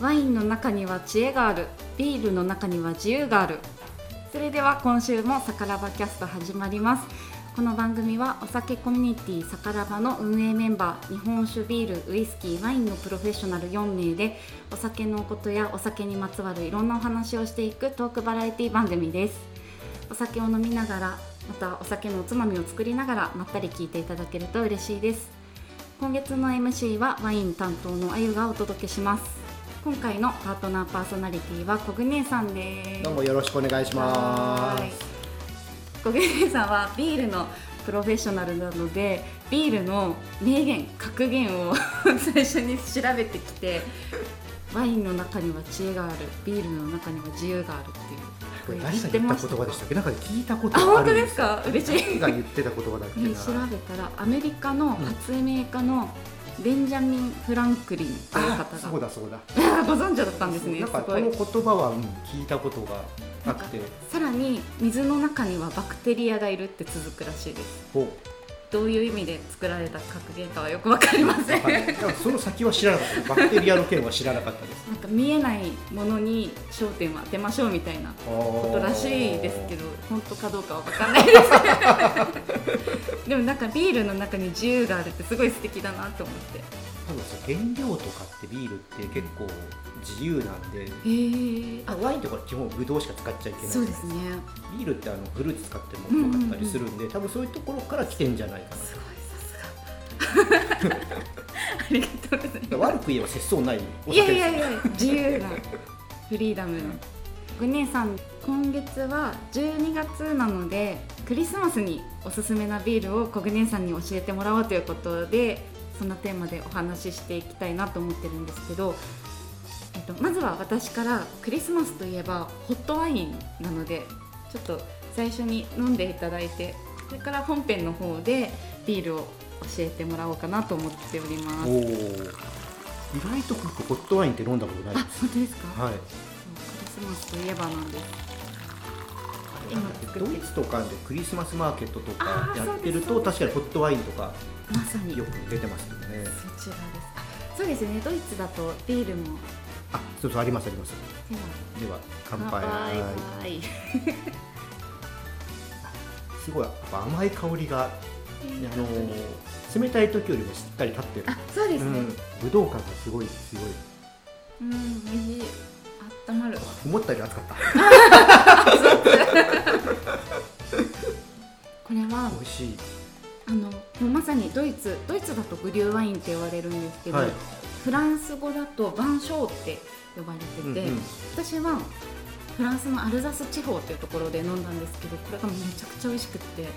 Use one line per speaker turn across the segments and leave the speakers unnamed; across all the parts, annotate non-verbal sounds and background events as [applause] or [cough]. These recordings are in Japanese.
ワインの中には知恵があるビールの中には自由があるそれでは今週もさからばキャスト始まりますこの番組はお酒コミュニティさからばの運営メンバー日本酒ビールウイスキーワインのプロフェッショナル4名でお酒のことやお酒にまつわるいろんなお話をしていくトークバラエティ番組ですお酒を飲みながらまたお酒のおつまみを作りながらまったり聞いていただけると嬉しいです今月の MC はワイン担当のあゆがお届けします今回のパートナーパーソナリティはコグネさんです
どうもよろしくお願いします。
す。小暮さんはビールのプロフェッショナルなのでビールの名言格言を最初に調べてきてワインの中には知恵があるビールの中には自由があるって
こ
い
れ
う
誰が言った言葉でしたたっけ？なんか聞いたこと
あ
があ
本当
るん
ですか嬉しい
誰が言ってた言葉だっけな。
ね、調べたらアメリカの発明家のベンジャミン・フランクリンという
あ、
方
そう
が
だそうだ。
あーご存知だったんですね
なん
す
かこ
ご
の
い
言葉はうん聞いたことがなくて、
さらに水の中にはバクテリアがいるって続くらしいです
ほう。
どういう意味で作られた格言かはよくわかりません、
はいでもその先は知らなかった。バクテリアの件は知らなかったです。
なんか見えないものに焦点を当てましょうみたいなこと
こ
らしいですけど本当かどうかは分かんないです
[laughs]
でもなんかビールの中に自由があるってすごい素敵だなと思ってへ
多分さ原料とかってビールって結構自由なんで。
え
あワインとか基本ブドウしか使っちゃいけないじ
そ
ゃ
う
な
で
いです
す
か
ね
ビールってあのフルーツ使っても良かったりするんで、多分そういうところから来てんじゃないかな
すごいさすが [laughs] ありがとうございます
悪く言えば節操ないお
い
酒
や
で
い
す
やいや自由なフリーダムなグネさん今月は12月なのでクリスマスにおすすめなビールをコグネさんに教えてもらおうということでそんなテーマでお話ししていきたいなと思ってるんですけど、えっと、まずは私からクリスマスといえばホットワインなのでちょっと最初に飲んでいただいてそれから本編の方でビールを教えてもらおうかなと思っております。
おー意外と僕ホットワインって飲んだことない
あ
です
本当ですか、
はい
クリスマスといえばなんです。今作っ
ド
て
イツとかでクリスマスマーケットとか
あー
やってる
そ
と
うです
確かにホットワインとか
まさに。
よく出てますけどね
そちらです。あ、そうですね。ドイツだとビールも。
あそうそうありますあります
では
では乾杯
乾杯
すごいやっぱ甘い香りが、あ
えー
のー冷たい時よりもしっかり立ってる
あ、そうですね。
うん、ぶどう感がすごい強い
うん、美味しい。温まる。
思ったより熱かった
これは
美味しい
あのもうまさにドイツドイツだとグリューワインって言われるんですけど、
はい
フランス語だとバンショーって呼ばれてて、
うんうん
私はフランスのアルザス地方っていうところで飲んだんですけどこれがめちゃくちゃ美味しくって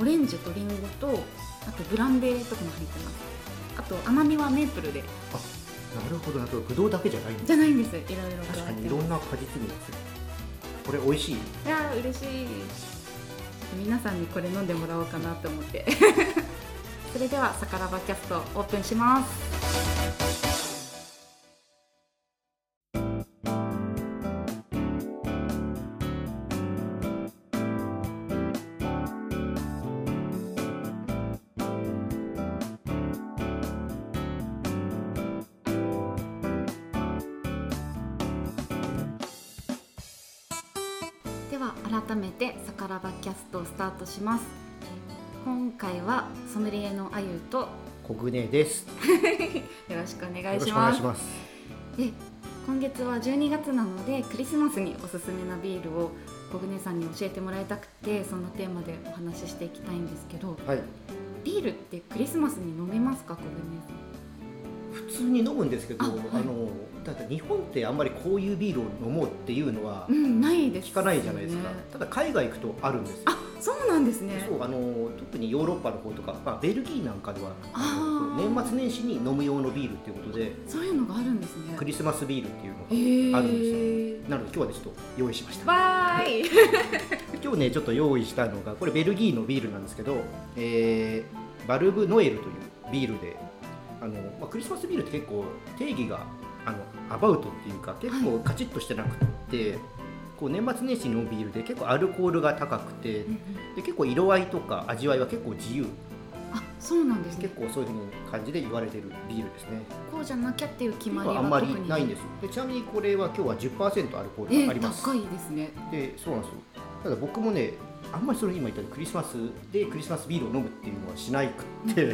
オレンジとリンゴとあとブランデーとかも入ってますあと甘みはメープルで
なるほどなるほどぶどうだけじゃないんだ
じゃないんですいろいろ
確
加
か
え
にい
て
ろ
ます
んな果実味がするこれ美味しい
いやー嬉しい皆さんにこれ飲んでもらおうかなと思って [laughs] それでは「さからばキャスト」オープンしますでは改めて「さからばキャスト」をスタートします今回はソムリエのあゆと
コグネです
よろしくお
よ
願
ろ
い
し
し
くお願
ま
い
す
します
で今月は12月なのでクリスマスにおすすめなビールを小舟さんに教えてもらいたくてそのテーマでお話ししていきたいんですけど
はい
ビールってクリスマスに飲めますか小舟さん
普通に飲むんですけど
あ
あ、
はい
のただ日本ってあんまりこういうビールを飲もうっていうのは
うんないです
聞かないじゃないですか、
ね
ただ海外行くとあるんですよ
あそうなんですね
そうあの特にヨーロッパの方とか、まあ、ベルギーなんかでは
あー
年末年始に飲む用のビールっていうことで
そういうのがあるんですね
クリスマスビールっていうのが、
えー、
あるんですなので今日はねちょっと用意しました
わーい
今日ねちょっと用意したのがこれベルギーのビールなんですけど、えーバルブノエルというビールであの、まあ、クリスマスビールって結構定義があのアバウトっていうか結構カチッとしてなくって、こう年末年始のビールで結構アルコールが高くてで結構色合いとか味わいは結構自由
あそうなんですね
結構そういうふうに感じで言われてるビールですね
こうじゃなきゃっていう決まり
今
は
あんま
特
り
に
ないんですよでちなみにこれは今日は10%アルコ
え
ールがあります、
高いですね
でそうなんですよただ僕もねあんまりそれ今言ったようにクリスマスでクリスマスビールを飲むっていうのはしないくって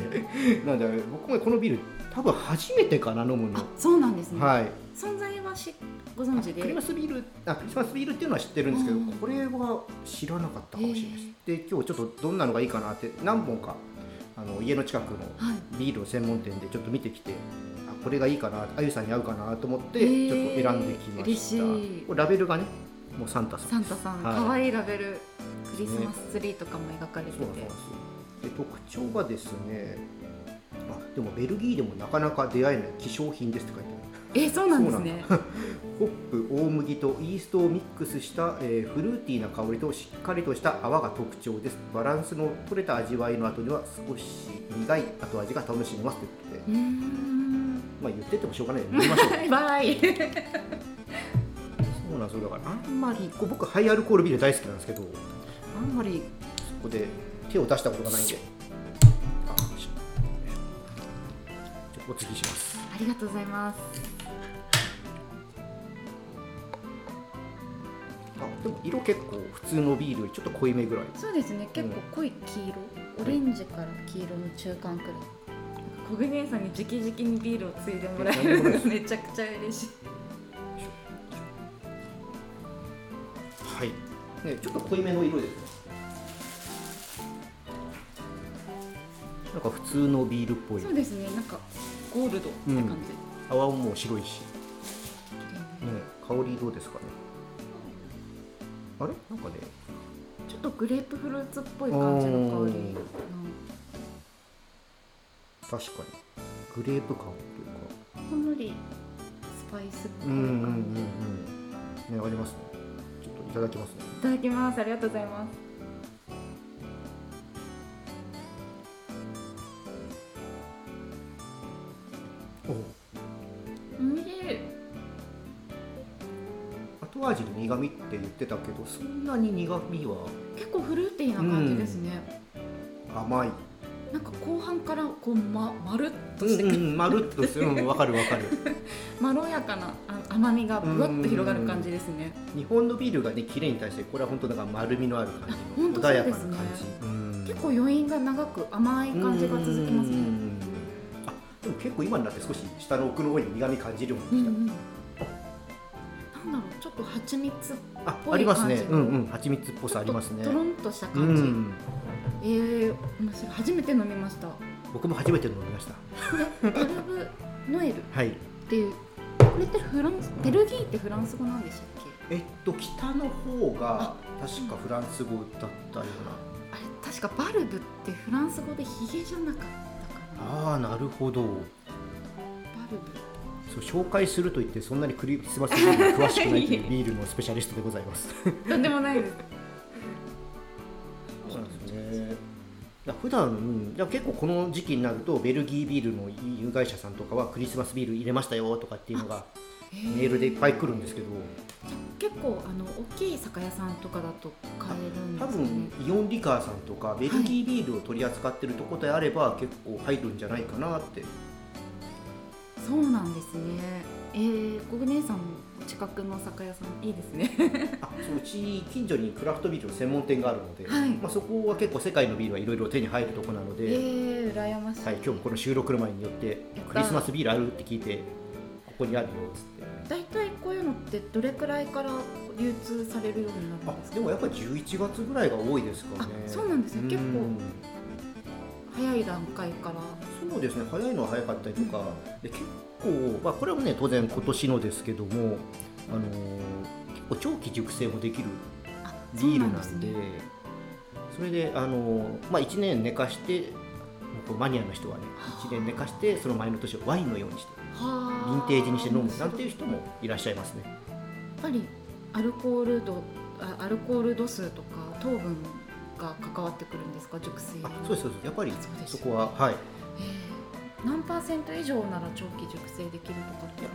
なんで僕もこのビール多分初めてかな飲む
あ
の、
そうなんですね、
はい
存在はしご存知で
クリスマスビールあクリスマスビールっていうのは知ってるんですけど、
うん
これは知らなかったかもしれないです、で今日ちょっとどんなのがいいかなって何本かあの家の近くの
はい
ビール専門店でちょっと見てきてあこれがいいかなあゆさんに合うかなと思って
へ
ちょ
ー
っと選んできま
嬉
し、
したい
これラベルがねもうサンタさん
サンタさん
はい
可愛、い、ラベルクリスマスツリーとかも描かれて
そうなん
て
ですよで特徴がですねあでもベルギーでもなかなか出会えない希少品ですって書いてある
えそうなんですね
ホップ大麦とイーストをミックスした、えーフルーティーな香りとしっかりとした泡が特徴ですバランスの取れた味わいの後には少し苦い後味が楽しめますということ
うー
で
ん
まあ言っててもしょうがないので飲みましょう
バイ
[laughs] そうなんですよだからあんまりこう僕ハイアルコールビール大好きなんですけどあんまりそこで手を出したことがないんであよいしょちょっとお次します
ありがとうございます
あでも色結構普通のビールよりちょっと濃いめぐらい
そうですね結構濃い黄色、オレンジから黄色の中間くらい小暮姉さんに直々にビールをついでもらえるのめちゃくちゃ嬉しい
はい、ね、ちょっと濃いめの色ですねなんか普通のビールっぽい
そうですねなんかゴールドって感じ、
泡ももう白いし、
綺麗な
ね、香りどうですかねあれなんかね
ちょっとグレープフルーツっぽい感じの香り
うん確かにグレープ感っていうか
うんほんのりスパイスっぽい
うんうん
感じ、
うんうんねありますねちょっといただきますね
いただきますありがとうございます
お
おいしい
後味の苦味って言ってたけどそんなに苦味は
結構フルーティーな感じですね、
甘い
なんか後半からこうままるっとしてく
う
る、
んうんまるっとするうんわかるわかる
まろやかなあ甘みがぶわっと広がる感じですね
日本のビールがね綺麗に対してこれは本当だから丸みのある感
あ
じの
本当そう
穏や
で
かな
すね
感じ、うん
結構余韻が長く甘い感じが続きます
う
ね
んうんうんあでも結構今になって少し下の奥の方に苦味感じるよう
うんう
になって
んなんだろうちょっと蜂蜜
きた、
ぽい
あありますね
感じ
うんうん蜂蜜っぽさありますね
とろんとした
う
感じ、
ん
えー、面白い初めて飲みました
僕も初めて飲みました
これバルブノエルっ
はい
ていうこれってフランスベルギーってフランス語なんでしたっけ
えっと北の方が確かフランス語だったよう
あれ確かバルブってフランス語でヒゲじゃなかったかな
なああなるほど
バルブ
そう紹介すると言ってそんなにクリスマスビールに詳しくないというビールのスペシャリストでございます
とんでもないです
そうなんですね。いや普段、うんいや結構この時期になるとベルギービールの有害者さんとかはクリスマスビール入れましたよとかっていうのがメールでいっぱい来るんですけど
結構あの大きい酒屋さんとかだと買えるんで
多
すよね
分イオンリカーさんとかベルギービールを取り扱ってるとこであれば結構入るんじゃないかなって
そうなんですねえー、小姉さんもお近くの酒屋さんいいです
[laughs]
ね
あそううち近所にクラフトビールの専門店があるので、
はい
まあ、そこは結構世界のビールはいろいろ手に入るとこなの
えー、
で、
羨ましい、
はい、今日もこの収録の前によって
やった
クリスマスビールあるって聞いてここにあるよっつって。
だいたいこういうのってどれくらいから流通されるようになる
あ
んですか
でもやっぱり11月ぐらいが多いですかね。
あそうなんですね結構
うん
早い段階から
そうですね早いのは早かったりとか、で結構、まあ、これはね当然今年のですけども、あのー結構長期熟成もできる
あ
ビールなんで
そう
そ
ね
れで、あのーまあ、1年寝かしてこうマニアの人はね1年寝かしてその前の年をワインのようにしてヴィン
は
テージにして飲むなんていう
や
人もいらっしゃいますね。
っぱりアルコール度あアルコール度数とか糖分が関わってくるんですか熟成
あそうですそうですやっぱり
そうです
そ
よ
こははい
えー何パーセント以上なら長期熟成できるとかって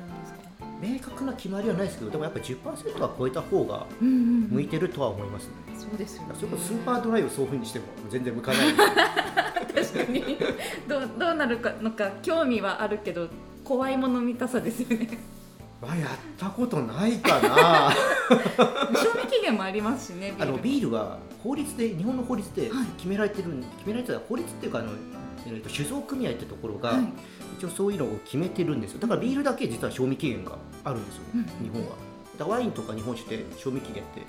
あるんですか
明確な決まりはないですけどでもやっぱり10%は超えた方が
うんうん
向いてるとは思いますね。
そうですよね
それこそスーパードライをそういうふうにしても全然向かない。
確かにどうどうなるかのか興味はあるけど怖いもの見たさですよ
[laughs]
ね
まあやったことないかな
賞味期限もありますしねビ
あ
ール
のビールは法律で日本の法律で
はい
決められてるん、決められてた法律っていうかあの、えーと酒造組合ってところが、
はい
一応そういうのを決めてるんですよだからビールだけ実は賞味期限があるんですよ、
うん
日本はだからワインとか日本酒って賞味期限って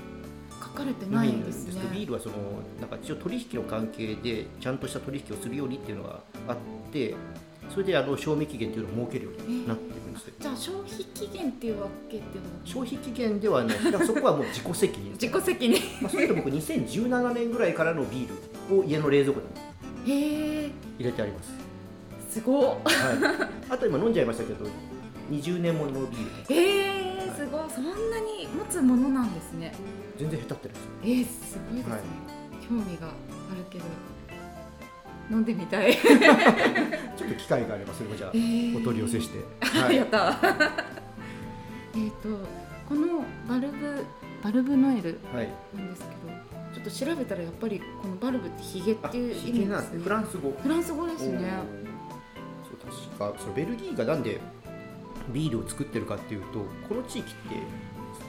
書かれてな
ないい
ん
ん
で
ですす
ね
けど、ビールはそのなんか一応取引の関係でちゃんとした取引をするようにっていうのがあってそれであの賞味期限っていうのを設けるようになってるんですよ、
じゃあ消費期限っていうわけでは
消費期限では
[laughs]
ないだからそこはもう自己責任
自己責任
まあ、それで僕2017年ぐらいからのビールを家の冷蔵庫に
へえ
入れてあ
[laughs]
ります、
すごっ
はい、あと今飲んじゃいましたけど20年もののビール
へえすごいそんなに持つものなんですね
全然下手ってないで
えー、す
す
ごいですね、
はい
興味があるけど飲んでみたい、
ちょっと機会があればそれもじゃあお取り寄せして、
は、
はいい
やった [laughs] ーえっとこのバルブバルブノエル
はい、
なんですけどちょっと調べたらやっぱりこのバルブってヒゲっ
あ
ていう
ひ
意味
げ
で
なんですすね
ね
フランス語
フランス語ですね
おーそう確かそのベルギーがなんでビールを作ってるかっていうとこの地域って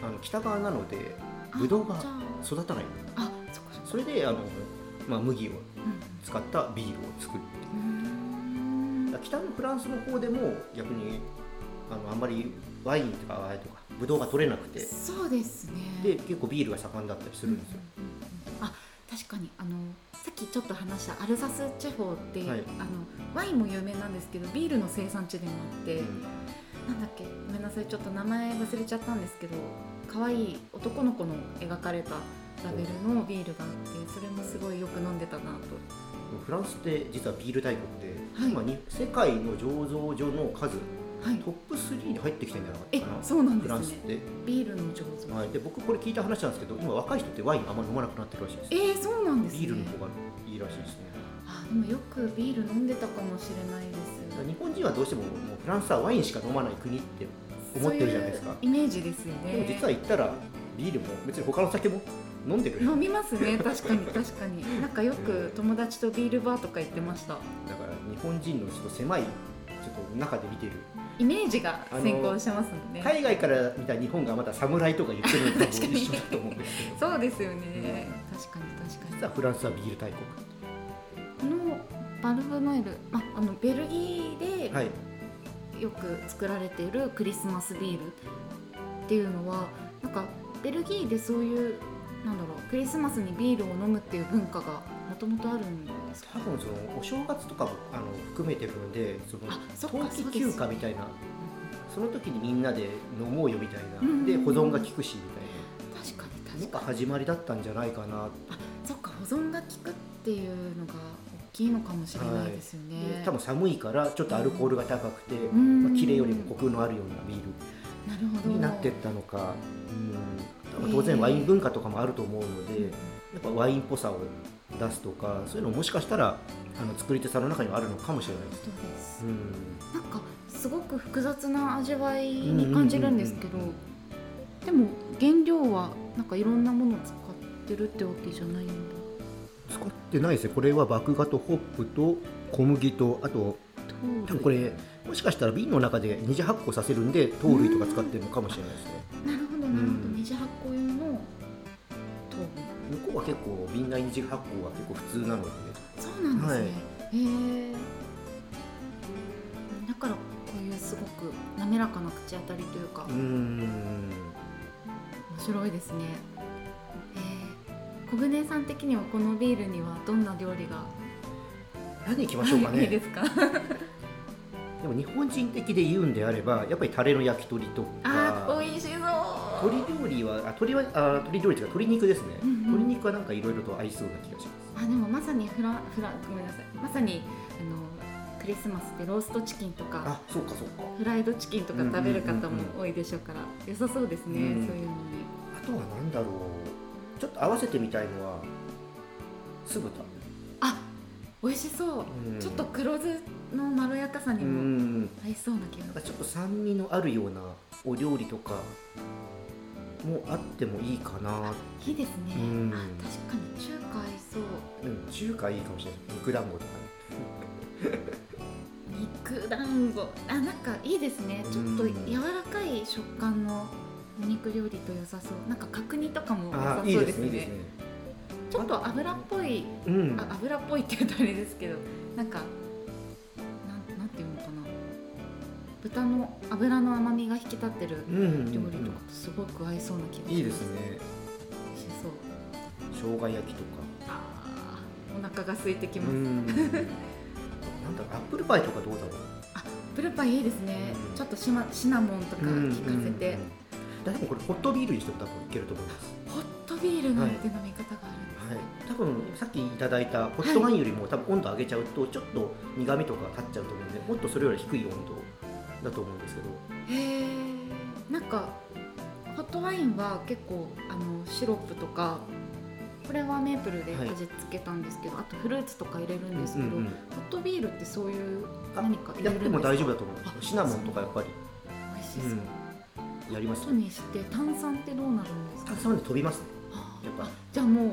あの北側なので
あ
ブドウが
じゃ
育たない
ああそこそこ
それであの、まあ、麦を
う
使ったビールを作る
んうーん
北のフランスの方でも逆にあのあんまりワインとかワインとかブドウが取れなくて
そうですね
で結構ビールが盛んだったりするんですよ、
うんうんうんうんあ確かにあのさっきちょっと話したアルザス地方って、
はい
あのワインも有名なんですけどビールの生産地でもあって、なんだっけごめんなさいちょっと名前忘れちゃったんですけど可愛い男の子の描かれたラベルのビールがあってそれもすごいよく飲んでたなと
フランスって実はビール大国で、
はい
今に世界の醸造所の数
はい
トップ3に入ってきてんじゃなかった
え
かな
そうなん
フ
で
ラン
す
スっ
ね
て、
ビールの醸造、
はい、で僕これ聞いた話なんですけど今若い人ってワインあんま飲まなくなってるらしいです
えー、そうなんですね
ビールの方がいいらしいですね
あでもよくビール飲んでたかもしれないで
だ
す
から日本人はどうしてももうフランスはワインしか飲まない国って思ってるじゃないですか
そういうイメージですよね
でも実は行ったらビールも別に他の酒も飲んでるだか
飲みますね確かに確かになんかよく友達とビールバーとか行ってました
ら日本人のちょっと狭いちょっと中で見てる
イメージが先行してますもんね、
海外から見た日本がまた侍とか言ってるのと多分一緒だと思うんで
[laughs]
すけど
そうですよね確かに確かに
実はフランスはビール大国
このバルブノエル、ま、あのベルギー
はい
でよく作られているクリスマスビールっていうのはなんかベルギーでそういうなんだろうクリスマスにビールを飲むっていう文化がもともとあるんですか
多分そのお正月とかもあの含めてるのでそ
あそっか
の冬季休暇みたいなその時にみんなで飲もうよみたい
うんうんうん
なで保存が効くしみたい
確かに
な
確
のが
かに
始まりだったんじゃないかなっ
そっか保存が効くっていうのが大きいのかもしれないですよね
て、多分寒いからちょっとアルコールが高くて、
ん
まあ、キレよりもコクのあるようなビール
なるほど
になってったのか、うんまあ当然ワイン文化とかもあると思うので、やっぱワインっぽさを出すとかそういうのもしかしたらあの作り手さんの中にはあるのかもしれないです。
そうです
うん
なんかすごく複雑な味わいに感じるんですけど
うんうんうん
でも原料はなんかいろんなものを使ってるってわけじゃないんだ
使ってないですねこれは麦芽とホップと小麦とあと多分これもしかしたら瓶の中で二次発酵させるんで糖類とか使ってるのかもしれないですね
なるほどなるほど
うん
二次発酵用の糖分
向こうは結構瓶内二次発酵は結構普通なので
そうなんですね、へえだからこういうすごく滑らかな口当たりというか
うーん
面白いですね、えー、小舟さん的にはこのビールにはどんな料理が
何いきましょうか
[laughs] いいで
ね
すか
でも日本人的で言うんであればやっぱりタレの焼き鳥と
あ
か
ー美味しそう
鶏料理はあ鶏はあ鶏料理というか鶏肉ですね、
うんうん
鶏肉はなんかいろいろと合いそうな気がします
あでもまさにフラフラごめんなさいまさにあのクリスマスでローストチキンとか
あそうかそうか
フライドチキンとか食べる方
うんうんうん
も多いでしょうから、良さそうですね、
うん
そういうのに
あとは何だろうちょっと合わせてみたいのは酢豚、
あ美味しそう、
うん
ちょっと黒酢のまろやかさ
う
にも
んなん
合いそうな気が
かちょっと酸味のあるようなお料理とかもあってもいいかな、
いいですね、
うん
あ確かに中華合いそう
うん、中華いいかもしれない肉団子とかね
肉団子あなんかいいですねちょっと
うん
柔らかい食感のお肉料理と良さそうなんか角煮とかも良さ
あーい
そ
いうで
ですす
ね
ね
いいですね
ちょっと油っぽい
うん
あ油っぽいって言うとあれですけどなんかなんなんていうのかな豚の油の甘みが引き立ってる
うんうんうん
料理とかとすごく合いそうな気がします
いいですね
美味しそう
生姜焼きとか
あーお腹が空いてきます、
んなんだろうアップルパイとかどうだろう
プルパイいいですね、
うん
ちょっとシマシナモンとか効かせて、
うんうんうんだ多分これホットビールにしても多分いけると思います
ホットビールなんて飲み方があるんです、
はい多分さっきいただいたホットワインよりも多分温度上げちゃうとちょっと苦味とか立っちゃうと思うんでもっとそれより低い温度だと思うんですけど
へえなんかホットワインは結構あのシロップとかこれはメープルで
はい
味付けたんですけど、あとフルーツとか入れるんです
う
け
ん
ど、
うん
ホットビールってそういう
あ
何か入れ
や
る
っ
んです
て
か
も大丈夫だと思いま
あ
すシナモンとかやっぱり、
美味しそう、
うん、やります
後にして炭酸ってどうなるんですか
炭酸で飛びますね
あ
やっぱ
じゃあもう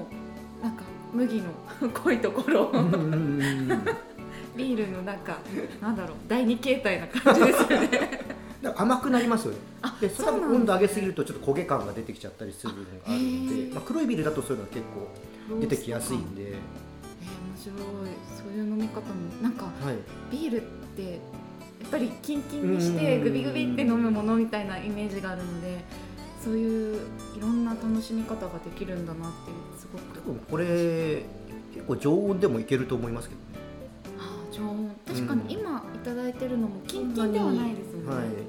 なんか麦の [laughs] 濃いところ
うんうんうんうん
ビールのなんかなんだろう第二形態な感じですよね
だから甘くなりますよ [laughs] ね
あ
でそれは
なんですね
温度上げすぎるとちょっと焦げ感が出てきちゃったりするのがある
あへ
の
ー
で、まあ、黒いビールだとそういうのは結構 [laughs] 出てきやすいんで、
えー面白いそういう飲み方もなんか
はい、
ビールってやっぱりキンキンにして
うん
グビグビって飲むものみたいなイメージがあるのでそういういろんな楽しみ方ができるんだなっていうすご
多
く
分これ結構常温でもいけると思いますけどね
あー常温確かに
うん
今いただいてるのもキンキンではないですよね、
はい
美味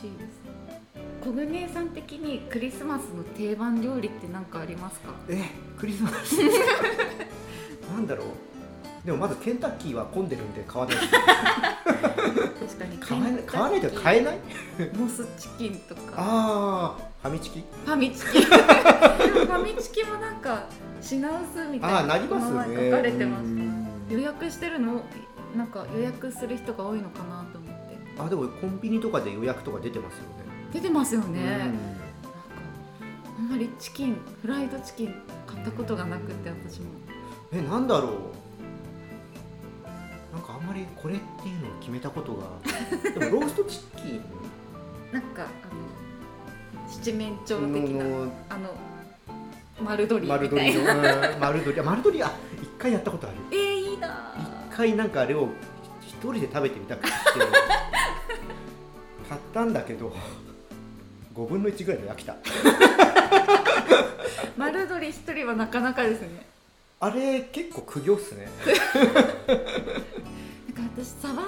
しいです小舟さん的にクリスマスの定番料理って何かありますか
えクリスマ
[laughs]
スなんだろうでもまずケンタッキーは混んでるんで買わない
[laughs] 確かに
買わない
ケンタッキー
買わないというか買えない
モスチキンとか
ああファミチキ
ファミチ
[laughs]
キでもファミチキもなんか品薄みたい
あ
な
あなります
名前
ね
書かれてます
うん
予約してるのなんか予約する人が多いのかなと思って
あでもコンビニとかで予約とか出てますよ
出てますよね、
ね
なんか
うん
あんまりチキンフライドチキン買ったことがなくて私も
えなんだろうなんかあんまりこれっていうのを決めたこと
[laughs]
がでもローストチキン
なんかあの七面鳥的な
の
あの丸鶏み
丸
たい
鶏
な
のうん丸鶏あ丸鶏あ一回やったことある
[laughs] えー、いいな
一回なんかあれを一人で食べてみたくて
[laughs]
買ったんだけど5分の1ぐらいで飽きた
丸鶏一人はなかなかですね
あれ結構苦行っすね
なんか私さば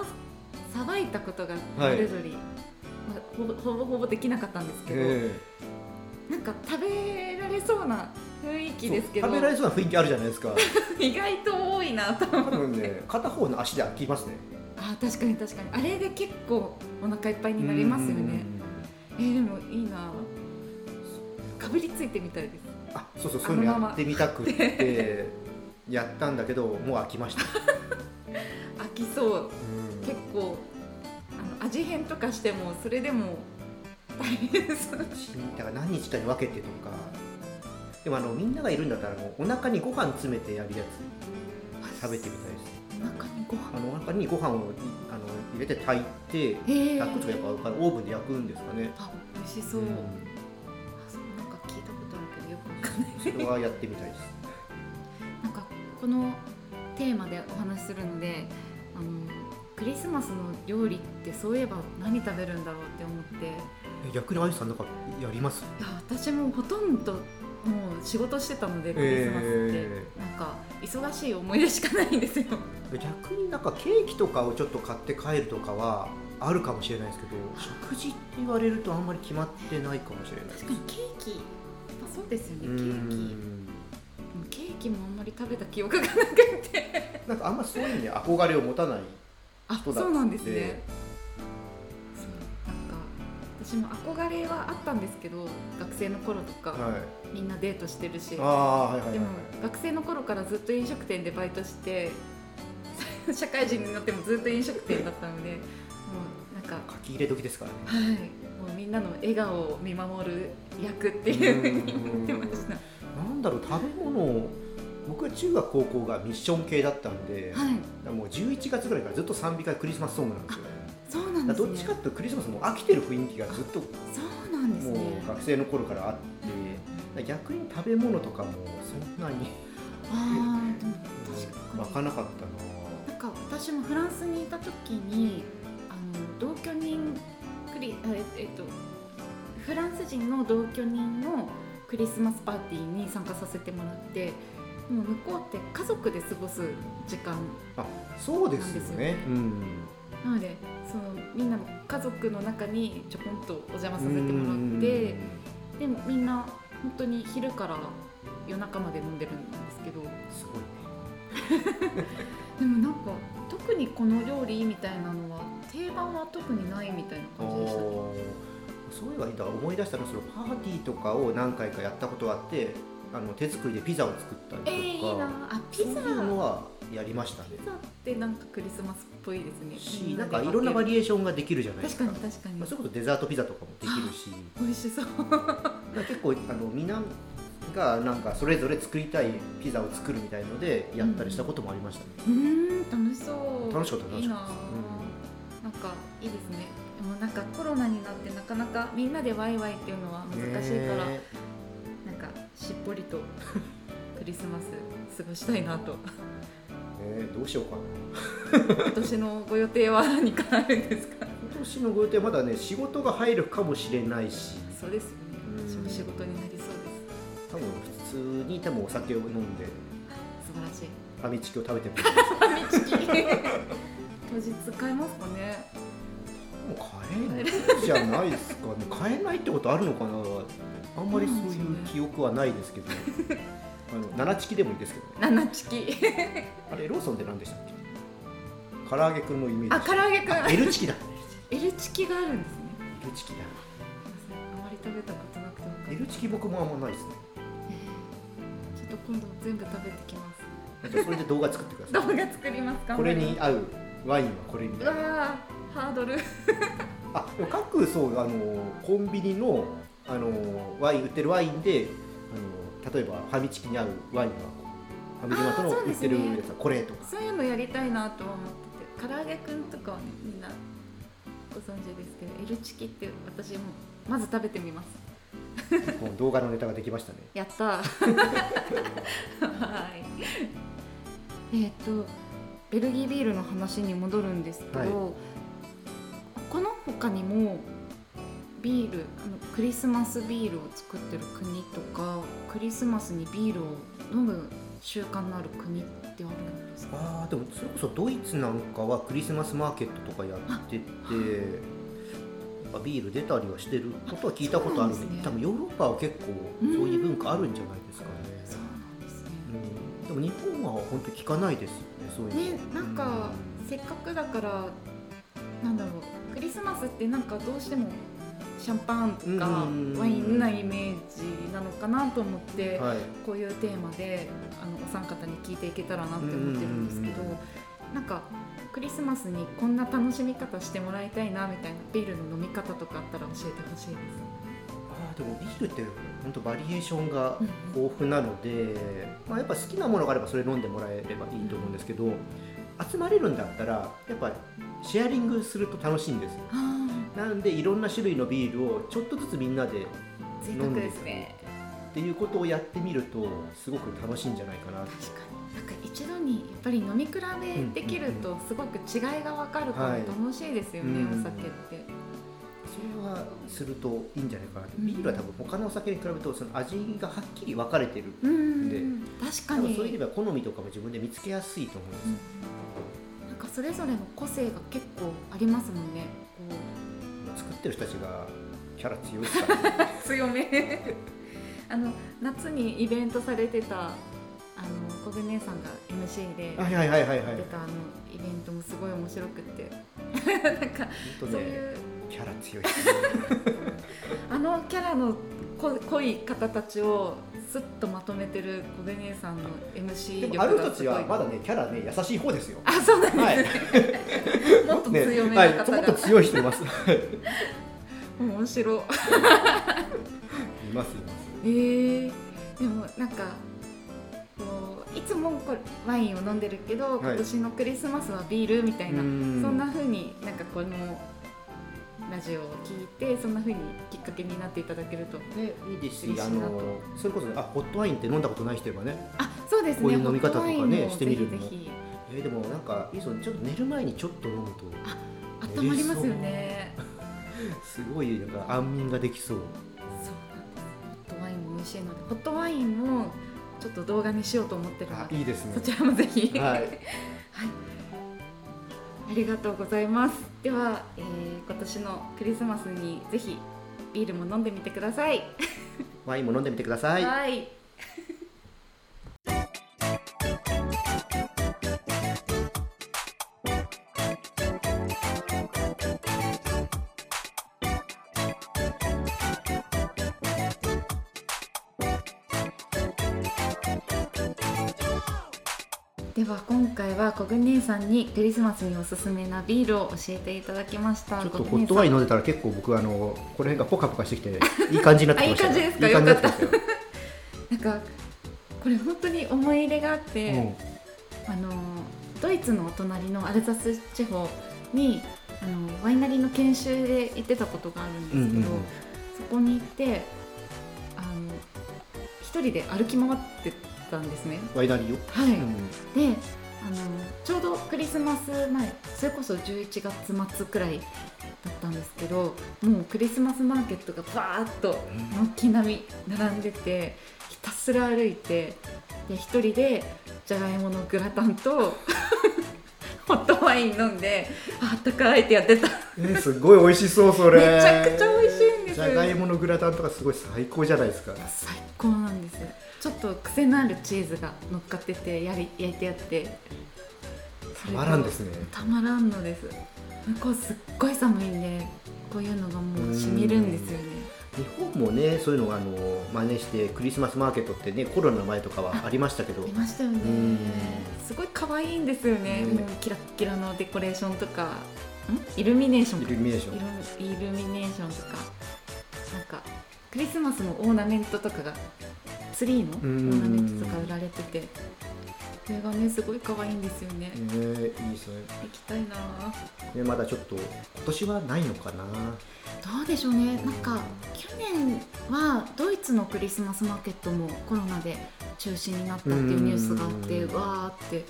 さばいたことが
はい
丸鶏、まあほぼほぼほぼできなかったんですけど、
え
なんか食べられそうな雰囲
え
気ですけど
そう食べられそうな雰囲気あるじゃないですか
意外と多いなと
多
思う
分ね片方の足で飽きますね
あー確かに確かにあれで結構お腹いっぱいになりますよねえー、でもいいなかぶりついてみたいです
あそうそうそういうの
あのまま
やってみたくってやったんだけどもう飽
[laughs]
きました、
飽きそう
うん
結構あの味変とかしてもそれでも大変そう
だから何日かに分けてとかでもあのみんながいるんだったらもうお腹にご飯詰めてやるやつ食べてみたいです
お腹にご飯
あのお腹にご飯をいあの入れて炊いて
へえ
焼くとかやっぱオーブンで焼くんですかね
あ美味しそう、
ん
あそうなんか聞いたことあるけどよくわかんない
それはやってみたいです
なんかこのテーマでお話しするのであのクリスマスの料理ってそういえば何食べるんだろうって思っていや
え逆にあゆさんなんかやります
私もほとんどもう仕事してたのでクリスマスって、
え
なんか忙しい思い出しかないんですよ
逆になんかケーキとかをちょっと買って帰るとかはあるかもしれないですけど食事って言われるとあんまり決まってないかもしれない
確かにケーキやっぱそうですよね
う
ケーキ
ん
ケーキもあんまり食べた記憶がなくて
なんかあんまそういうのに憧れを持たない
あ
人だ
そうなんですね、
え
そうなんか私も憧れはあったんですけど学生の頃とか、
はい
みんなデートしてるし
ああはいはいはい
でも
はい
学生の頃からずっと飲食店でバイトして [laughs] 社会人になってもずっと飲食店だったのでもうなんか
書き入れ時ですからね
はいもうみんなの笑顔を見守る役っていうふうに思ってました
なんだろう食べ物僕は中学高校がミッション系だったんで、
はい
もう11月ぐらいからずっと賛美会クリスマスソングなんですよ、
そうなん
だ
で
か
す
らどっ
ね
ちかっていうとクリスマスもう飽きてる雰囲気がずっと
そうなんです
も
ね
う学生の頃からあってだから逆に食べ物とかもそんなに
あーでも
湧
確か
かなかった
になんか私もフランスにいた時にあの同居人クリあええっとフランス人の同居人のクリスマスパーティーに参加させてもらってもう向こうって家族で過ごす時間
なあそうですよねうん
なのでそのみんなの家族の中にちょこんとお邪魔させてもらって
うん
でもみんな本当に昼から夜中まで飲んでるんですけど
すごいね
でもなんか特にこの料理みたいなのは定番は特にないみたいな感じでしたね
おーそういえばだから思い出したのはそのパーティーとかを何回かやったことがあってあの手作りでピザを作ったりと
え
か、
ー、いいなあピ
そうい
ザ
うのはやりましたね
ピザってなんかクリスマスっぽいですね
しなんかいろんなバ
リ
リエーションができるじゃないです
確
か
かに確かに
まあ、それこそデザートピザとかもできるし
美味しそう
まあ結構あのみんながなんかそれぞれ作りたいピザを作るみたいのでやったりしたこともありましたね、
うーん楽しそう
楽しかった楽
い
し
い
か
な
ったです
なんかいいですねでもなんかコロナになってなかなかみんなでワイワイっていうのは難
う
し
ん
いから、
ね
なんかしっぽりとクリスマス過ごしたいなと
えねえどうしようかな
今年のご予定は何かあるんですか
今年のご予定はまだね仕事が入るかもしれないし
そうですよね
うん
私も仕事になりそうで
多分普通に多分お酒を飲んです
素晴らしい
ファミチキを食べても
ファミチキ
[laughs]
当日買えますかね
もう買えないじゃないですかね買えないってことあるのかなあんまりそういう記憶はないです
[laughs]
けどあの七チキでもいいですけどね
七チキ
あれローソンって何でしたっけ唐揚げくんのイメージ
あ唐揚げくん
あ L チキだ
L チキがあるんですね
L チキ
すい
だ
ませんあまり食べたことなくてわかんない
L チキ僕もあんまないですね
ちょっと今度全部食べてきます
じゃあそれで動画作って
[laughs]
くだ
動
さい
画作りますか
これに合うワインはこれに
うわーハードル
あでも各そうあのコンビニのあのワイン売ってるワインであの例えばファミチキに合うワインはファミリーマートの
あーそう
売
で
っ
す
て
ね
るやつはこれとか
そういうのやりたいなとは思ってて唐揚げくんとかはねみんなご存知ですけど L チキって私もまず食べてみます
この動画のネタができましたね
やったーはいえっとベルギービールの話に戻るんですけど、
はい
この他にもビールあのクリスマスビールを作ってる国とかクリスマスにビールを飲む習慣のある国ってあるんですか
あーでもそれこそドイツなんかはクリスマスマーケットとかやっててやっぱビール出たりはしてることは聞いたことある
そうなんですね
多分ヨーロッパは結構そういう文化あるんじゃないですかね
そうなんですね
うんでも日本は本当聞かないですよねそういう
ね
の
なんか
うん
せっかくだからなんだろうクリスマスってなんかどうしてもシャンパンとか
うん
ワインなイメージなのかなと思って
はい
こういうテーマであのお三方に聞いていけたらなって思ってるんですけど
うんうん
なんかクリスマスにこんな楽しみ方してもらいたいなみたいなビールの飲み方とかあったら教えてほしいです。
あーでもビールって本当バリエーションが
うん
豊富なので、まあ、やっぱ好きなものがあればそれ飲んでもらえればいいと思うんですけど集まれるんだったらやっぱシェアリングすると楽しいんですよ
あ
なんでいろんな種類のビールをちょっとずつみんなでっ
ー贅沢ですね
ていうことをやってみるとすごく楽しいんじゃないかな
確かになんか一度にやっぱり飲み比べできるとすごく違いが分かるから
はい
楽しいですよね、
うん
お酒って。
それはするといいんじゃないかなと
うん
ビールは多分他のお酒に比べるとその味がはっきり分かれてる
うん確
多
か
分
に
そういう意味では好みとかも自分で見つけやすいと思うんですよ
うんなんかそれぞれの個性が結構ありますもんねこ
作ってる人たちがキャラ強いですからね
う強め [laughs] あの夏にイベントされてたあの小舟姉さんが MC で
はいはいはいはいはい
出
本
たあのイベントもすごい面白くってなんか
当
そう
ね
いう
キャラ強いですね
あのキャラの濃濃い方たちをすっとまとめてる小舟姉さんの MC
で
力
もある人
が
た
す
ち
ごい
はまだねキャラね優しい方ですよ
あそうなんです、
はい
もっと
ね
強め
はい
な方
も
が、
っと強い人います
[laughs]
い
面白い
ますいます
えー、でもなんかこういつもこうワインを飲んでるけど
い
今年のクリスマスはビールみたいな、
うん
そんな風になんかこのラジオを聞いてそんな風にきっかけになっていただけると
ね、いいです
嬉
し、
しいな
あ
と
のそれこそ、ね、あホットワインって飲んだことない人いればね、
あそうですね
こういう飲み方とかね
ホットワインを
してみるの
ぜ
も
ひぜひ
えーでもなんかいいですよねちょっと寝る前にちょっと飲むと
温まりますよね
すごいなんか安眠ができそう。
そうなんですホットワインも美味しいのでホットワインもちょっと動画にしようと思ってるの
あ
で
いいですね
そ。ちらもぜひ、
はい
ありがとうございますでは、えー今年のクリスマスにぜひビールも飲んでみてください
ワインも飲んでみてください。
はい。では今回はコグ姉さんにクリスマスにおすすめなビールを教えていただきました。
ちょっと
コグ
ホッ
姉さ
ト
ん
ワイン飲んでたら結構僕あのこの辺がポカポカしてきていい感じになってきました、ね
[laughs] あいい感じですか
いい感になってき
なんかこれ本当に思い入れがあって、
たよ。うん
あのドイツのお隣のアルザス地方にあのワイナリーの研修で行ってたことがあるんですけど、
うんうんうん
そこに行ってあの一人で歩き回ってたんですね。
ワイナリーを。
はい、
うん
であのちょうどクリスマス前それこそ11月末くらいだったんですけどもうクリスマスマーケットがバーッと軒並み並んでてひたすら歩いてで一人でじゃがいものグラタンと [laughs] ホットワイン飲んでああったかいってやってた
えーすごい美味しそうそれ
めちゃくちゃ美味しいんです
じゃがいものグラタンとかすごい最高じゃないですか
最高なんですちょっと癖のあるチーズが乗っかっててやり焼いてあって
たまらんですね
たまらんのです向こうすっごい寒いんでこういうのがもうしみるんですよね
日本もねそういうのがあの真似してクリスマスマーケットってねコロナの前とかはありましたけど
ありましたよね
うん
すごい可愛いんですよね
ね
もうキラッキラのデコレーションとかんイルミネーション
イ
か
ルミネーション
イルイルミネーションとかなんかクリスマスのオーナメントとかがツリーのオ
ん
ーナメントとか売られててそれがねすごい可愛いんですよね
ねえいいですね
行きたいなぁ
ねまだちょっと今年はないのかな
どうでしょうねなんか去年はドイツのクリスマスマーケットもコロナで中止になったっていうニュースがあって
うん
わーって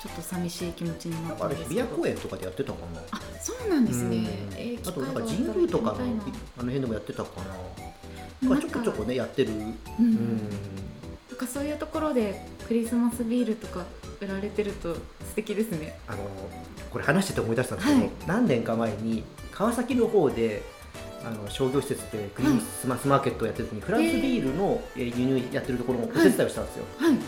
ちょっと寂しい気持ちにな
なん
っ
か
た
あ
ん
れ
です
日
けど
比谷公園とかでやってたかな
あそうなんですね、えー
うんあとなんか
機
神
会があったら
宮とかのあ
行
の
ってみ
辺でもやってたか
たい
な
な
なんかちょこちょこねやってる
う
うんん
なんかそういうところでクリスマスビールとか売られてると素敵ですね
あのこれ話してて思い出したんですけど、
はい
何年か前に川崎の方であの商業施設でクリスマスマーケットをやってる時に、フランスビールのえー輸入やってるところのお手伝いをしたんですよ、
はいえー、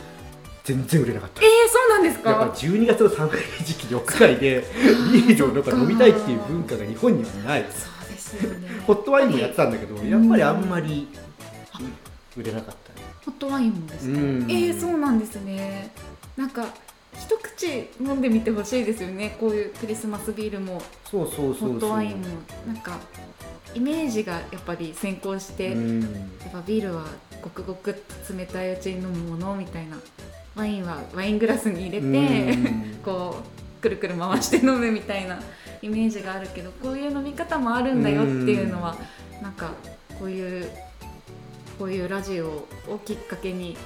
全然売れなかった
そうなんです
やっぱり
か
12月の寒い時期に屋外でビールをなんか飲みたいっていう文化が日本にはない
そうですよね
ホットワインもやってたんだけど
い
やっぱりあんまり売れなかったね
ホットワインもですか、
うん
えー、そうなんですねなんか一口飲んでみてほしいですよねこういうクリスマスビールも
そうそ
ホ
うそうそう
ットワインもなんかイメージがやっぱり先行して、や
うん
っぱビールはごくごくっと冷たいうちに飲むものみたいなワインはワイングラスに入れて、
うん
こうくるくる回して飲むみたいなイメージがあるけどこういう飲み方もあるんだよっていうのはなんかこういうこういうラジオをきっかけに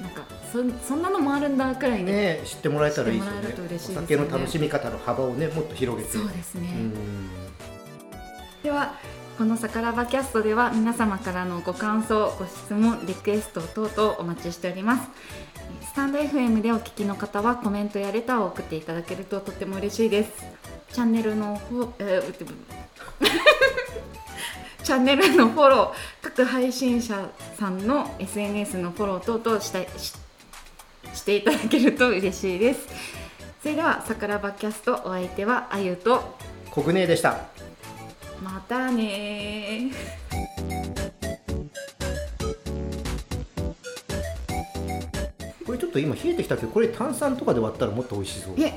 なんかそそんなのもあるんだくらいね
ね、知ってもらえたらいいですよ
知ってもらえる
ね
と嬉しいです
お
よね
酒の楽しみ方の幅をねもっと広げて
そうですね、
うん
ではこの「さからばキャスト」では皆様からのご感想ご質問リクエスト等々お待ちしておりますスタンド FM でお聞きの方はコメントやレターを送っていただけるととても嬉しいですチャンネルのフォ、えーうってぶ [laughs] チャンネルのフォロー各配信者さんの SNS のフォロー等々したいししていただけると嬉しいですそれでは「さからばキャスト」お相手はあゆと
コグネでした
またねー。
これちょっと今冷えてきたけどこれ炭酸とかで割ったらもっと美味しそう
え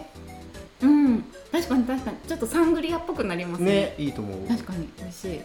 うん確かに確かにちょっとサングリアっぽくなりますね
ねいいと思う
確かに美味しい